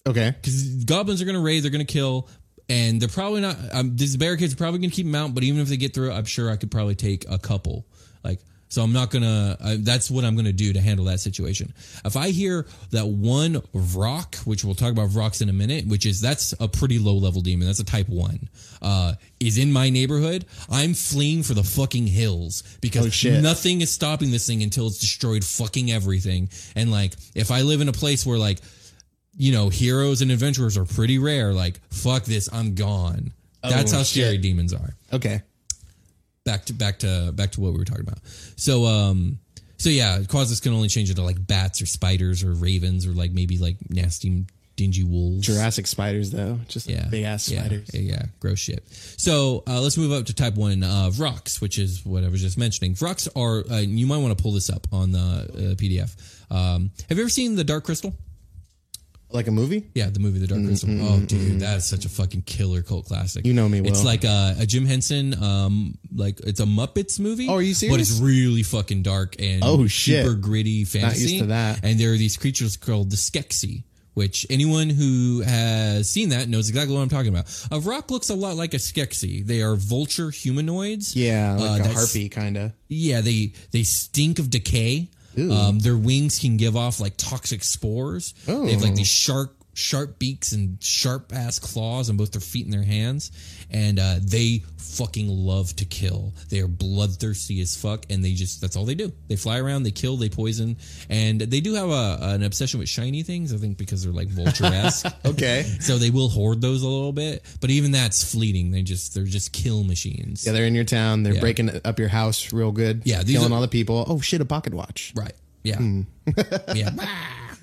Okay.
because goblins are going to raid, they're going to kill, and they're probably not. Um, these barricades are probably going to keep them out. But even if they get through, I'm sure I could probably take a couple. Like, so I'm not gonna. I, that's what I'm gonna do to handle that situation. If I hear that one rock, which we'll talk about rocks in a minute, which is that's a pretty low level demon. That's a type one. Uh, is in my neighborhood. I'm fleeing for the fucking hills because
Oh, shit.
nothing is stopping this thing until it's destroyed fucking everything. And like, if I live in a place where like you know, heroes and adventurers are pretty rare. Like, fuck this, I'm gone. That's how scary demons are.
Okay.
Back to back to back to what we were talking about. So um so yeah, causes can only change into like bats or spiders or ravens or like maybe like nasty dingy wolves.
Jurassic spiders though, just
Yeah.
big ass
yeah,
spiders.
Yeah, yeah, gross shit. So uh, let's move up to type one uh, rocks, which is what I was just mentioning. Rocks are, uh, you might want to pull this up on the uh, PDF. Um, have you ever seen The Dark Crystal?
Like a movie.
Yeah, the movie The Dark Crystal. Oh, dude, that is such a fucking killer cult classic.
Mm-hmm, You know me,
It's
Will.
like uh, a, a Jim Henson, um, like it's a Muppets movie.
Oh, are you
But it's
serious?
really fucking dark and
Oh, shit.
super gritty fantasy.
to that.
And there are these creatures called the Skeksis, which anyone who has seen that knows exactly what I'm talking about. A rock looks a lot like a Skeksis. They are vulture humanoids.
Yeah,
Uh,
like a
that's-
harpy kind of.
Yeah, they they stink of decay. Um, their wings can give off like toxic spores. They have like these sharp sharp beaks and sharp ass claws on both their feet and their hands, and uh, they fucking love to kill. They are bloodthirsty as fuck, and they just that's all they do. They fly around, they kill, they poison, and they do have a an obsession with shiny things. I think because they're like vulture esque.
Okay.
So they will hoard those a little bit, but even that's fleeting. They just they're just kill machines.
Yeah, they're in your town. They're breaking up your house real good.
Yeah, these
killing
are-
all the people. Oh shit, a pocket watch.
Right. Yeah. yeah. Hmm.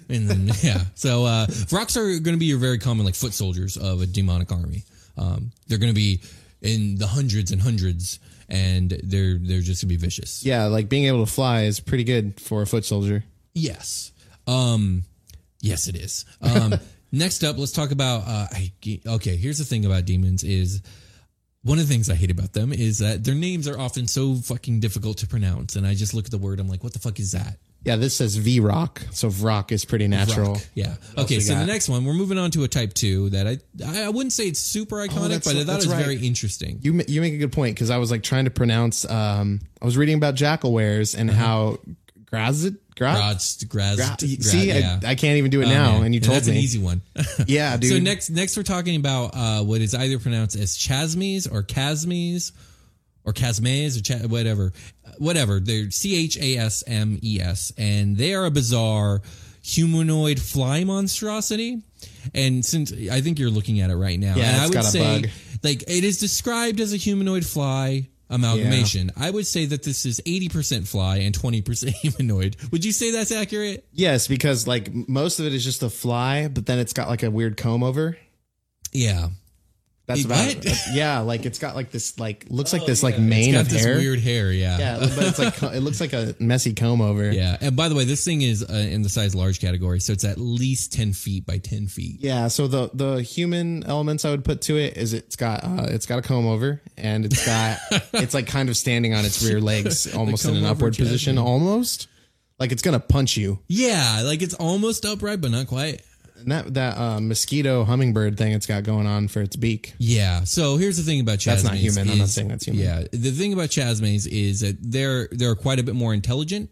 And then yeah. So uh rocks are going to be your very common like foot soldiers of a demonic army. Um they're going to be in the hundreds and hundreds and they're they're just going to be vicious.
Yeah, like being able to fly is pretty good for a foot soldier.
Yes. Um yes it is. Um next up let's talk about uh I, okay, here's the thing about demons is one of the things I hate about them is that their names are often so fucking difficult to pronounce and I just look at the word I'm like what the fuck is that?
Yeah, this says V Rock, so Vrock is pretty natural.
Rock. Yeah. Okay.
we
So the
got?
next one, we're moving on to a type two that I I I wouldn't say it's super iconic,
Oh, that's-
but I thought it
that's
was
right.
very interesting.
You ma- you make a good point because I was like trying to pronounce. Um, I was reading about jackalwares and how Grazit Graz.
Rods, Uh-huh. Graz, Oh,
See, I, I can't even do it now, and you told
that's
me.
an easy one.
Yeah, dude.
so next next we're talking about uh, what is either pronounced as chasmes or chasmes or chasmes or cha- whatever whatever they're c-h-a-s-m-e-s E and they are a bizarre humanoid fly monstrosity and since i think you're looking at it right now
Yeah,
and i
it's
would
got a
say
bug.
like it is described as a humanoid fly amalgamation i would say that this is 80% fly and 20% humanoid would you say that's accurate
yes, because like m- most of it is just a fly, but then it's got like a weird comb over.
yeah
That's
Wait,
about
what? Oh,
it. Yeah, like it's got like this like looks like this like mane
got
of
this
hair.
weird hair
Yeah, but it's like it looks like a messy comb over.
Yeah, and by the way, this thing is uh, in the size large category, so it's at least ten feet by ten feet.
Yeah, so the the human elements I would put to it is it's got uh, it's got a comb over and it's got it's like kind of standing on its rear legs almost in an
comb-over
upward
chest.
position almost like it's gonna punch you.
Yeah, like it's almost upright, but not quite.
And that that uh, mosquito hummingbird thing it's got going on for its beak.
Yeah. So here's the thing about chasmes.
That's not human. I'm not
is-
saying that's human.
Yeah. The thing about chasmes is that they're they're quite a bit more intelligent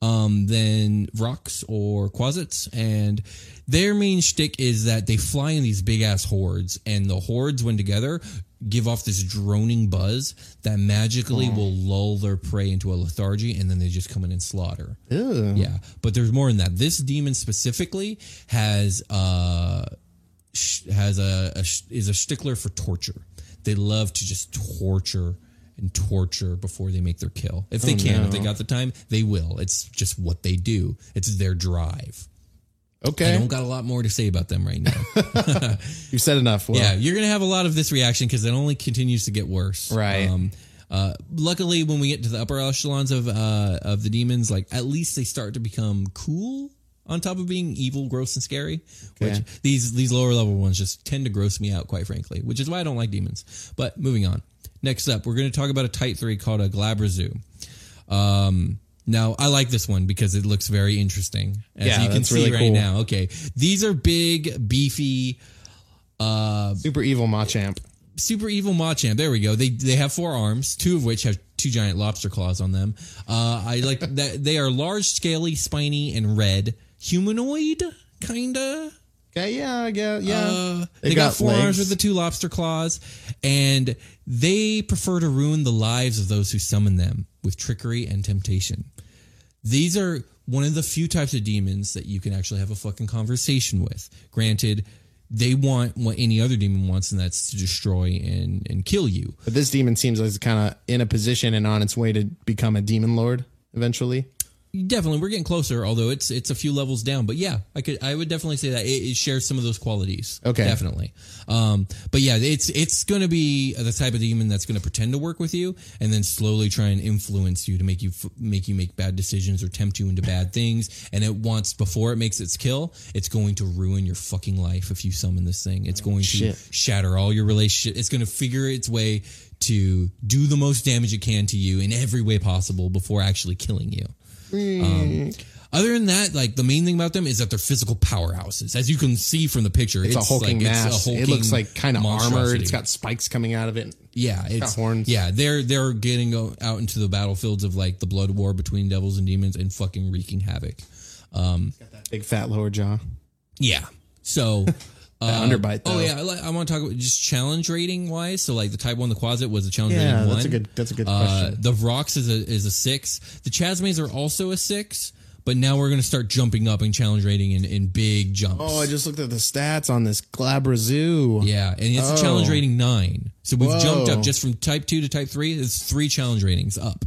um, than rocks or quasits, and their main shtick is that they fly in these big ass hordes, and the hordes, when together, give off this droning buzz that magically
Mm.
will lull their prey into a lethargy, and then they just come in and slaughter.
Ew.
Yeah, but there's more than that. This demon specifically has uh sh- has a, a sh- is a stickler for torture. They love to just torture and torture before they make their kill. If they can, if they got the time, they will. It's just what they do. It's their drive. I
Okay,
don't got a lot more to say about them right now.
you've said enough. Will.
yeah, you're gonna have a lot of this reaction because it only continues to get worse.
Right.
uh, luckily, when we get to the upper echelons of uh, of the demons, like at least they start to become cool on top of being evil, gross, and scary.
Okay.
Which these these lower level ones just tend to gross me out, quite frankly. Which is why I don't like demons. But moving on. Next up, we're going to talk about a type three called a Glabrazoo. Um, now I like this one because it looks very interesting, as
Yeah,
you can
that's
see
really
right
cool.
now. Okay, these are big, beefy.
super evil Machamp.
super evil Machamp. There we go. They they have four arms, two of which have two giant lobster claws on them. Uh, I like that they are large, scaly, spiny, and red, humanoid kinda.
Okay, yeah, yeah, yeah.
Uh, they, got, four arms
legs.
with the two lobster claws, and they prefer to ruin the lives of those who summon them with trickery and temptation. These are one of the few types of demons that you can actually have a fucking conversation with. Granted, they want what any other demon wants, and that's to destroy and and kill you.
But this demon seems like it's kind of in a position and on its way to become a demon lord eventually.
Definitely, we're getting closer. Although it's it's a few levels down, but yeah, I could I would definitely say that it, it shares some of those qualities.
Okay.
definitely. Um, but yeah, it's it's going to be the type of demon that's going to pretend to work with you and then slowly try and influence you to make you f- make you make bad decisions or tempt you into bad things. And it wants before it makes its kill, it's going to ruin your fucking life if you summon this thing. It's going
Shit.
to shatter all your relationship. It's going to figure its way to do the most damage it can to you in every way possible before actually killing you. Other than that, like the main thing about them is that they're physical powerhouses, as you can see from the picture.
It's, a hulking
like-
mass. it looks
hulking
like kind of armored.
monstrosity.
It's got spikes coming out of it.
Yeah, it's
horns.
Yeah, they're they're getting o- out into the battlefields of like the blood war between devils and demons and fucking wreaking havoc.
Big fat lower jaw.
Yeah. So uh,
underbite,
Oh
though.
yeah, I, li- I want to talk about just challenge rating wise. So like the type one, the closet was a challenge
Yeah,
rating one.
that's a good- that's a good
Uh,
question.
the rocks is a is a six. The chasmays are also a six. But now we're gonna start jumping up and challenge rating in, in big jumps.
Oh, I just looked at the stats on this Glabra Zoo.
Yeah, and it's a challenge
Oh.
rating nine. So we've
Whoa.
jumped up just from type two to type three. It's three challenge ratings up.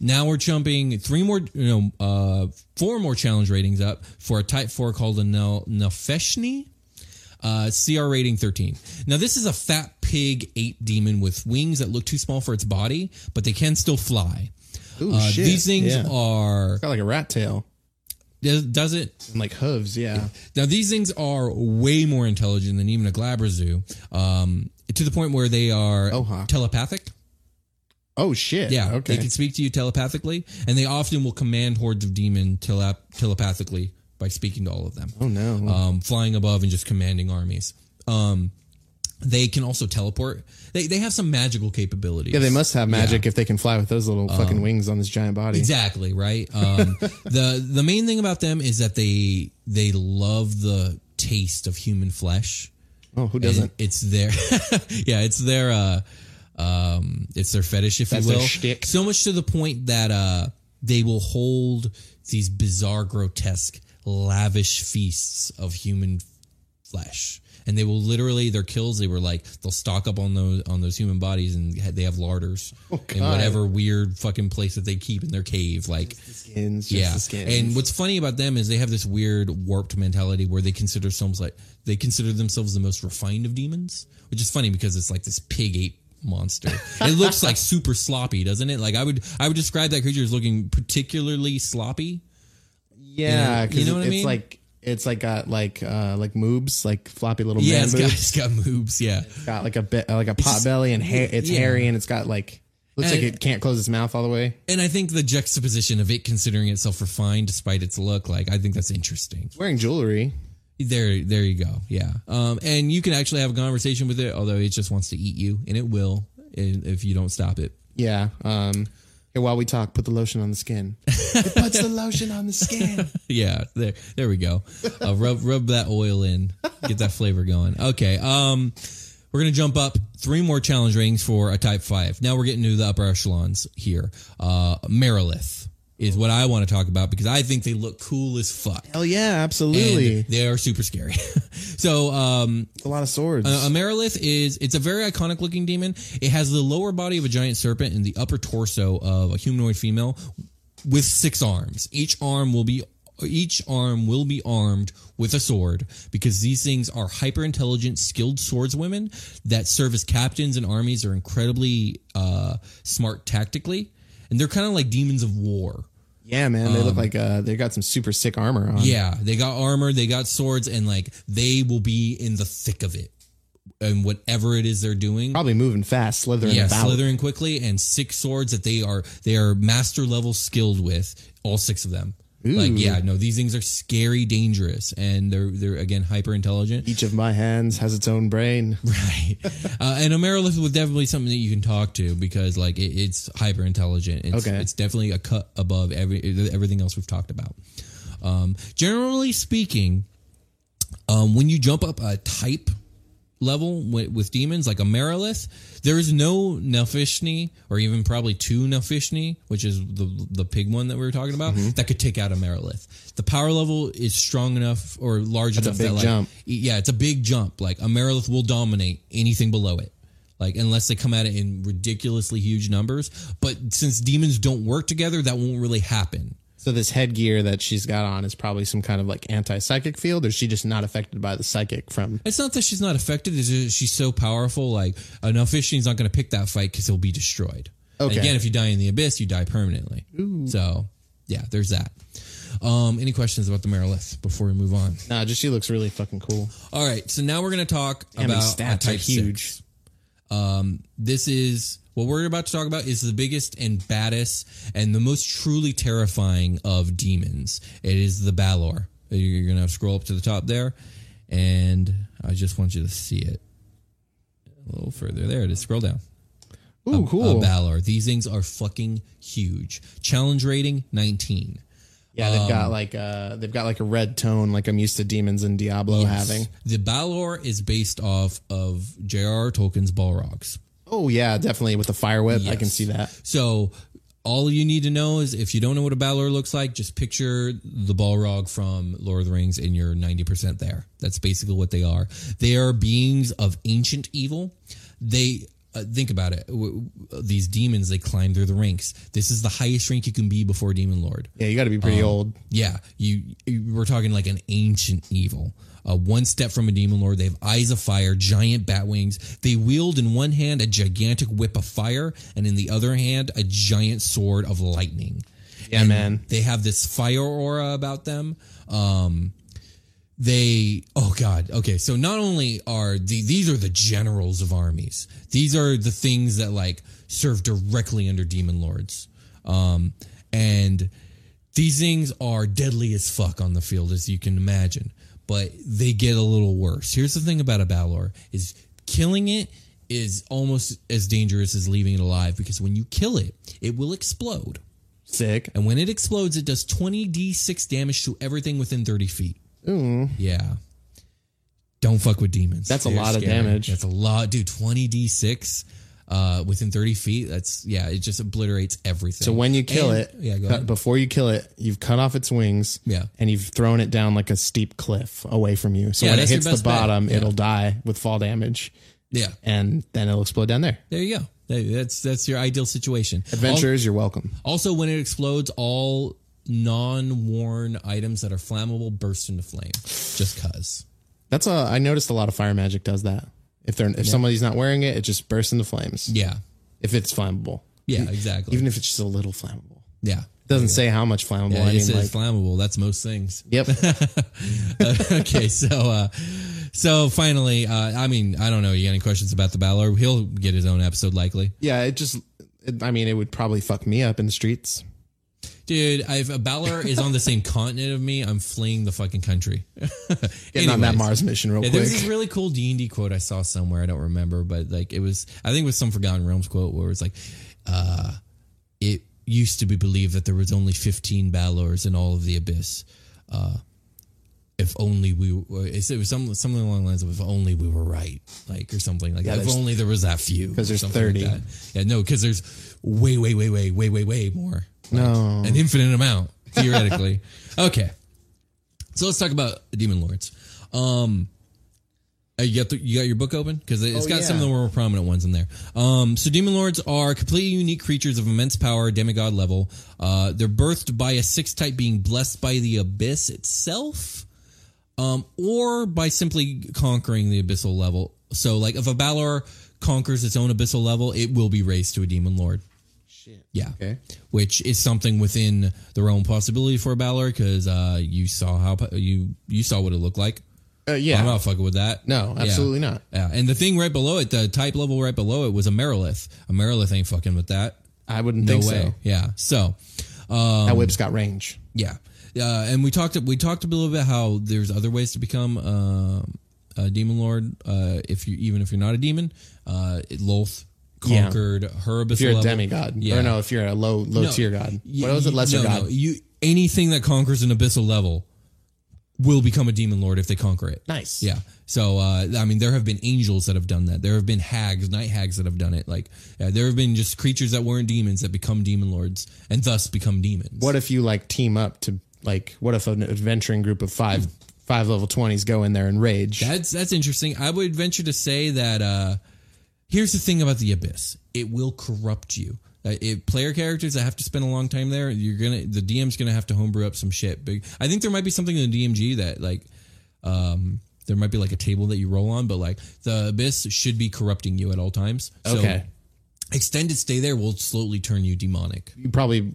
Now we're jumping three more, you know, uh, four more challenge ratings up for a type four called a Nel- Nefeshni. Uh, CR rating 13. Now, this is a fat pig ape demon with wings that look too small for its body, but they can still fly.
Ooh,
Uh,
shit.
these things
Yeah.
are,
It's got like a rat tail
does, does it
and like hooves. Yeah.
Now these things are way more intelligent than even a Glabrazoo, um, to the point where they are
Oh, huh.
telepathic.
Oh shit.
Yeah,
Okay.
they can speak to you telepathically, and they often will command hordes of demon tele- telepathically by speaking to all of them,
oh no.
um, flying above and just commanding armies. Um, they can also teleport. They they have some magical capabilities.
yeah, they must have magic if they can fly with those little
Um,
fucking wings on this giant body.
Exactly right. Um, the the main thing about them is that they they love the taste of human flesh.
Oh, who doesn't?
And It's their, yeah, it's their, uh, um, it's their fetish, if
That's
you
their
will.
shtick.
So much to the point that uh, they will hold these bizarre, grotesque, lavish feasts of human flesh, and they will literally their kills. They were like they'll stock up on those on those human bodies, and ha- they have larders in
Oh, God.
whatever weird fucking place that they keep in their cave, like
Skins, just
yeah.
the skins.
And what's funny about them is they have this weird warped mentality where they consider themselves like they consider themselves the most refined of demons, which is funny because it's like this pig ape monster. it looks like super sloppy, doesn't it? Like I would I would describe that creature as looking particularly sloppy.
yeah,
you
because
know what I
it's
mean?
like it's like got like uh like moobs, like floppy little
Yeah,
man
it's
boobs.
got, it's got moves. Yeah.
got like a bit like a pot belly and hair. It's
yeah.
hairy and it's got like looks
And-
like it can't close its mouth all the way.
And I think the juxtaposition of it considering itself refined despite its look, like I think that's interesting.
It's wearing jewelry.
There, there you go. Yeah. Um, and you can actually have a conversation with it, although it just wants to eat you, and it will and if you don't stop it.
Yeah. Um. Here, while we talk, put the lotion on the skin. it puts the lotion on the skin.
Yeah. There, there we go. Uh, rub, rub that oil in, get that flavor going. Okay. Um, we're gonna jump up three more challenge rings for a type five. Now we're getting to the upper echelons here. Uh, Merilith is what I want to talk about because I think they look cool as fuck.
Hell yeah,
And
absolutely.
they are super scary. so, um,
a lot of swords.
Uh, a Merilith is it's a very iconic looking demon. It has the lower body of a giant serpent and the upper torso of a humanoid female with six arms. Each arm will be each arm will be armed with a sword because these things are hyper intelligent, skilled swordswomen that serve as captains and armies are incredibly uh, smart tactically, and they're kind of like demons of war.
yeah, man. They look like uh, they got some super sick armor on.
um, Yeah, they got armor, they got swords, and like they will be in the thick of it. And whatever it is they're doing,
Probably moving fast, slithering
yeah,
about.
slithering quickly, and six swords that they are they are master level skilled with. All six of them. Like yeah, no, these things are scary, dangerous, and they're they're again hyper intelligent.
Each of my hands has its own brain.
Right. uh, and a Merilith was definitely something that you can talk to because like it, it's hyper intelligent. It's,
Okay.
It's definitely a cut above every everything else we've talked about. Um, generally speaking, um, when you jump up a type level with, with demons like a Merilith, there is no Nelfishni or even probably two Nelfishni, which is the the pig one that we were talking about,
Mm-hmm.
that could take out a Merilith. The power level is strong enough or large
That's a
enough
big
that like e,
jump.
yeah, it's a big jump. Like a Merilith will dominate anything below it. Like unless they come at it in ridiculously huge numbers, but since demons don't work together, that won't really happen.
So this headgear that she's got on is probably some kind of like anti-psychic field, or is she just not affected by the psychic from?
It's not that she's not affected. It's just she's so powerful. Like an Offician's not going to pick that fight because he'll be destroyed. And
Okay.
again, if you die in the abyss, you die permanently. So, yeah, there's that. Um, any questions about the Merilith before we move on?
Nah, just she looks really fucking cool.
All right, so now we're going to talk
Damn,
about
his
a
stats are
type
huge.
six. Um, this is What we're about to talk about is the biggest and baddest and the most truly terrifying of demons. It is the Balor. You're going to scroll up to the top there, and I just want you to see it a little further. There it is. Scroll down
Ooh,
a
cool.
Balor. These things are fucking huge. Challenge rating 19.
yeah, they've
um,
got like uh they've got like a red tone, like I'm used to demons and Diablo having.
The Balor is based off of J.R.R. Tolkien's Balrogs.
Oh yeah, definitely with the fire whip. I can
Yes.
see that.
So all you need to know is if you don't know what a Balor looks like, just picture the Balrog from Lord of the Rings and you're 90% there. That's basically what they are. They are beings of ancient evil. They uh, think about it. W- w- These demons, they climb through the ranks. This is the highest rank you can be before Demon Lord.
Yeah, you got to be
Um,
pretty old.
Yeah, you, you we're talking like an ancient evil. Uh, one step from a demon lord, they have eyes of fire, giant bat wings. They wield in one hand a gigantic whip of fire, and in the other hand a giant sword of lightning.
Yeah, man.
They have this fire aura about them. Um, they oh god okay so not only are the these are the generals of armies these are the things that like serve directly under demon lords um and these things are deadly as fuck on the field as you can imagine but they get a little worse here's the thing about a balor is killing it is almost as dangerous as leaving it alive because when you kill it it will explode
Sick.
and when it explodes, it does 20d6 damage to everything within 30 feet.
Mm.
Yeah. Don't fuck with demons.
That's a lot of damage.
That's a lot. Dude, 20d6 uh, within 30 feet. That's, yeah, it just obliterates everything.
So when you kill
And-
it,
Yeah, go
cut-
ahead.
before you kill it, you've cut off its wings.
Yeah.
And you've thrown it down like a steep cliff away from you. So
Yeah,
when it
that's your
hits the
best bet.
bottom,
Yeah.
it'll die with fall damage
Yeah.
and then it'll explode down there.
There you go. That- That's that's your ideal situation.
Adventurers, you're welcome.
Al- Also, when it explodes, all non-worn items that are flammable burst into flame. Just cause.
That's a I noticed a lot of fire magic does that. If they're if somebody's not wearing it, it just bursts into flames.
Yeah.
If it's flammable.
Yeah. Exactly.
Even if it's just a little flammable.
yeah.
It doesn't say how much flammable.
Yeah,
I
it
mean
says
like
flammable. That's most things.
Yep.
okay, so uh, so finally, uh, I mean, I don't know. You got any questions about the Balor? He'll get his own episode, likely.
yeah, it just it, I mean it would probably fuck me up in the streets.
Dude, if a Balor is on the same continent of me, I'm fleeing the fucking country.
Getting on that
Anyways.
Mars mission real
Yeah,
quick.
there's this really cool D and D quote I saw somewhere. I don't remember, but like it was, I think it was some Forgotten Realms quote where it's like, uh, "It used to be believed that there was only 15 Balors in all of the Abyss. Uh, if only we, were, it's- it was some, something along the lines of if only we were right, like or something like that. If
there's-
only there was that few,
'cause there's
something
30.
that. Yeah, no, because there's way, way, way, way, way, way, way more. Like,
No.
an infinite amount theoretically. okay, so let's talk about demon lords. Um, uh, you got the, you got your book open because it's got some of the more prominent ones in there. Um, so demon lords are completely unique creatures of immense power, demigod level. Uh, they're birthed by a six type being blessed by the abyss itself, um, or by simply conquering the abyssal level. So, like if a Balor conquers its own abyssal level, it will be raised to a demon lord. Yeah.
Okay.
Which is something within the realm of possibility for Balor because uh, you saw how you you saw what it looked like.
Uh, yeah.
I'm not fucking with that.
No, absolutely
Yeah.
not.
Yeah. And the thing right below it, the type level right below it was a Merilith. A Merilith ain't fucking with that.
I wouldn't
No
think
way.
so.
Um, Yeah. So uh,
that whip's got range.
yeah. Uh, and we talked we talked a little bit how there's other ways to become um a demon lord uh, if you even if you're not a demon. Uh, it- Lolth
Yeah.
conquered her abyssal
If you're a
level.
demigod,
Yeah.
or no, if you're a low low
No,
tier god,
y-
what was it?
y-
Lesser
no,
god.
no. you anything that conquers an abyssal level will become a demon lord if they conquer it.
Nice.
Yeah. So uh, I mean, there have been angels that have done that. There have been hags, night hags that have done it. Like uh, there have been just creatures that weren't demons that become demon lords and thus become demons.
What if you like team up to like? What if an adventuring group of five five level twenties go in there and rage?
That's that's interesting. I would venture to say that uh, here's the thing about the abyss: it will corrupt you. Uh, if player characters that have to spend a long time there, you're gonna the DM's gonna have to homebrew up some shit. But I think there might be something in the DMG that like um, there might be like a table that you roll on, but like the abyss should be corrupting you at all times. So
okay.
extended stay there will slowly turn you demonic.
You probably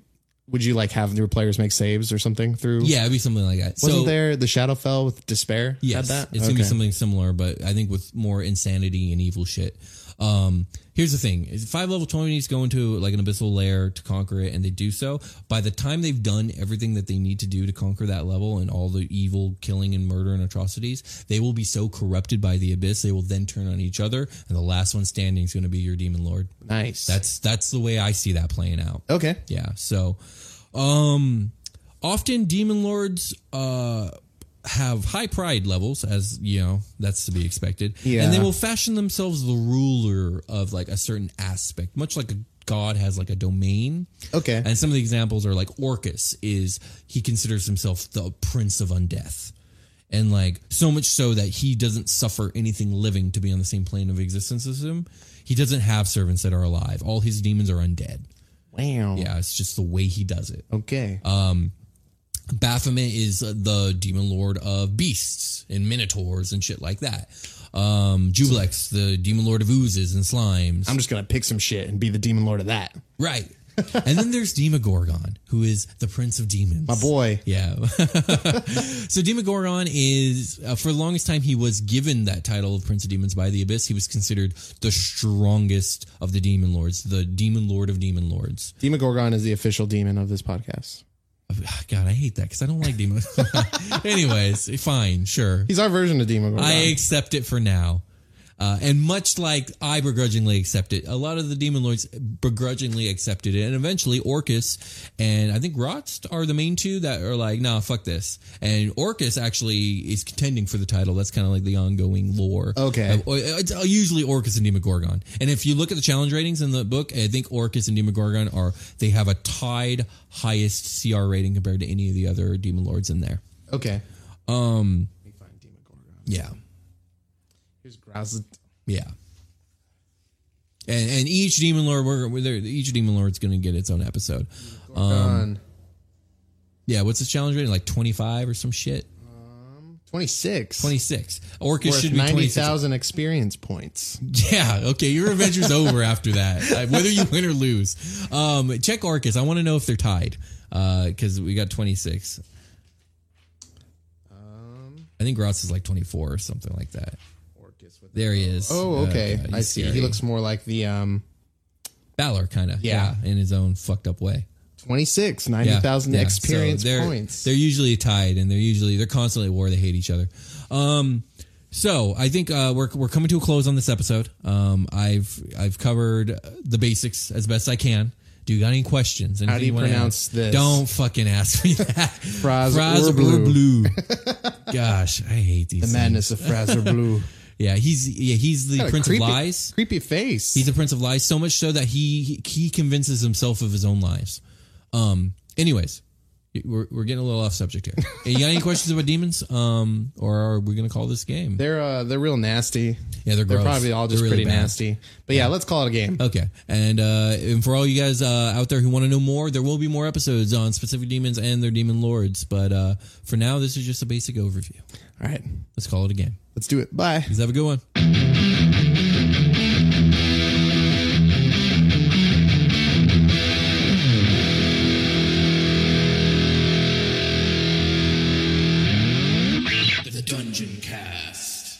would you like have your players make saves or something through?
Yeah, it'd be something like that.
Wasn't
so,
there the Shadowfell with despair?
Yes,
had that?
it's gonna be
Okay.
something similar, but I think with more insanity and evil shit. Um, here's the thing: is five level twenties go into like an abyssal lair to conquer it, and they do so. By the time they've done everything that they need to do to conquer that level and all the evil, killing, and murder and atrocities, they will be so corrupted by the abyss they will then turn on each other, and the last one standing is going to be your demon lord.
Nice.
That's that's the way I see that playing out.
okay.
Yeah. So, um, often demon lords uh have high pride levels, as you know, that's to be expected.
Yeah.
And they will fashion themselves the ruler of like a certain aspect, much like a god has like a domain.
Okay.
And some of the examples are like Orcus is he considers himself the prince of undeath. And like so much so that he doesn't suffer anything living to be on the same plane of existence as him. He doesn't have servants that are alive. All his demons are undead.
wow.
Yeah, it's just the way he does it.
Okay.
Baphomet is uh, the demon lord of beasts and minotaurs and shit like that. Um, Jublex, the demon lord of oozes and slimes.
I'm just gonna pick some shit and be the demon lord of that.
right. and then there's Demogorgon, who is the prince of demons.
My boy.
Yeah. so Demogorgon is, uh, for the longest time, he was given that title of Prince of Demons by the Abyss. He was considered the strongest of the demon lords, the demon lord of demon lords.
Demogorgon is the official demon of this podcast.
ah, God, I hate that because I don't like Demon. Anyways, fine, sure.
He's our version of Demogorgon.
I accept it for now. Uh, and much like I begrudgingly accept it, a lot of the Demon Lords begrudgingly accepted it. And eventually, Orcus and I think Rotst are the main two that are like, nah, fuck this. And Orcus actually is contending for the title. That's kind of like the ongoing lore.
Okay.
of- it's uh, usually Orcus and Demogorgon. And if you look at the challenge ratings in the book, I think Orcus and Demogorgon are, they have a tied highest CR rating compared to any of the other Demon Lords in there.
okay.
Um, yeah.
Here's Grouse.
Yeah. And and each demon lord, we're, we're there, each demon lord's going to get its own episode.
Um,
Yeah, what's the challenge rating? Like twenty five or some shit.
26.
Twenty six. Orcus
worth
should be twenty six.
90,000 experience points.
Yeah. Okay, your adventure's over after that, Uh, whether you win or lose. Um, check Orcus. I want to know if they're tied because we got twenty six. I think Gross is like twenty four or something like that. There he is.
Oh, okay.
Uh,
I see. He
scary.
looks more like the um
Balor kind of.
Yeah.
yeah. In his own fucked up way.
26, 90,000 experience
So they're,
points.
They're usually tied, and they're usually they're constantly at war. They hate each other. Um, so I think uh, we're we're coming to a close on this episode. Um, I've I've covered the basics as best I can. Do you got any questions? Anything
How do you
wanna
pronounce
ask?
this?
Don't fucking ask me that.
Fraz or
blue. Gosh, I hate these.
the madness of Fraser Blue.
Yeah, he's yeah he's the
Got a
prince
creepy,
of lies.
Creepy face.
He's a prince of lies, so much so that he he convinces himself of his own lies. Um. Anyways, we're, we're getting a little off subject here. you got any questions about demons? Um. Or are we gonna call this game?
they're uh they're real nasty.
Yeah, they're
They're
gross.
probably all just
They're really
pretty
bad.
nasty. But yeah, let's call it a game.
Okay, and uh, and for all you guys uh, out there who want to know more, there will be more episodes on specific demons and their demon lords. But uh, for now, this is just a basic overview.
All right.
Let's call it a game.
Let's do it. Bye.
Guys, have a good one.
The Dungeon Cast.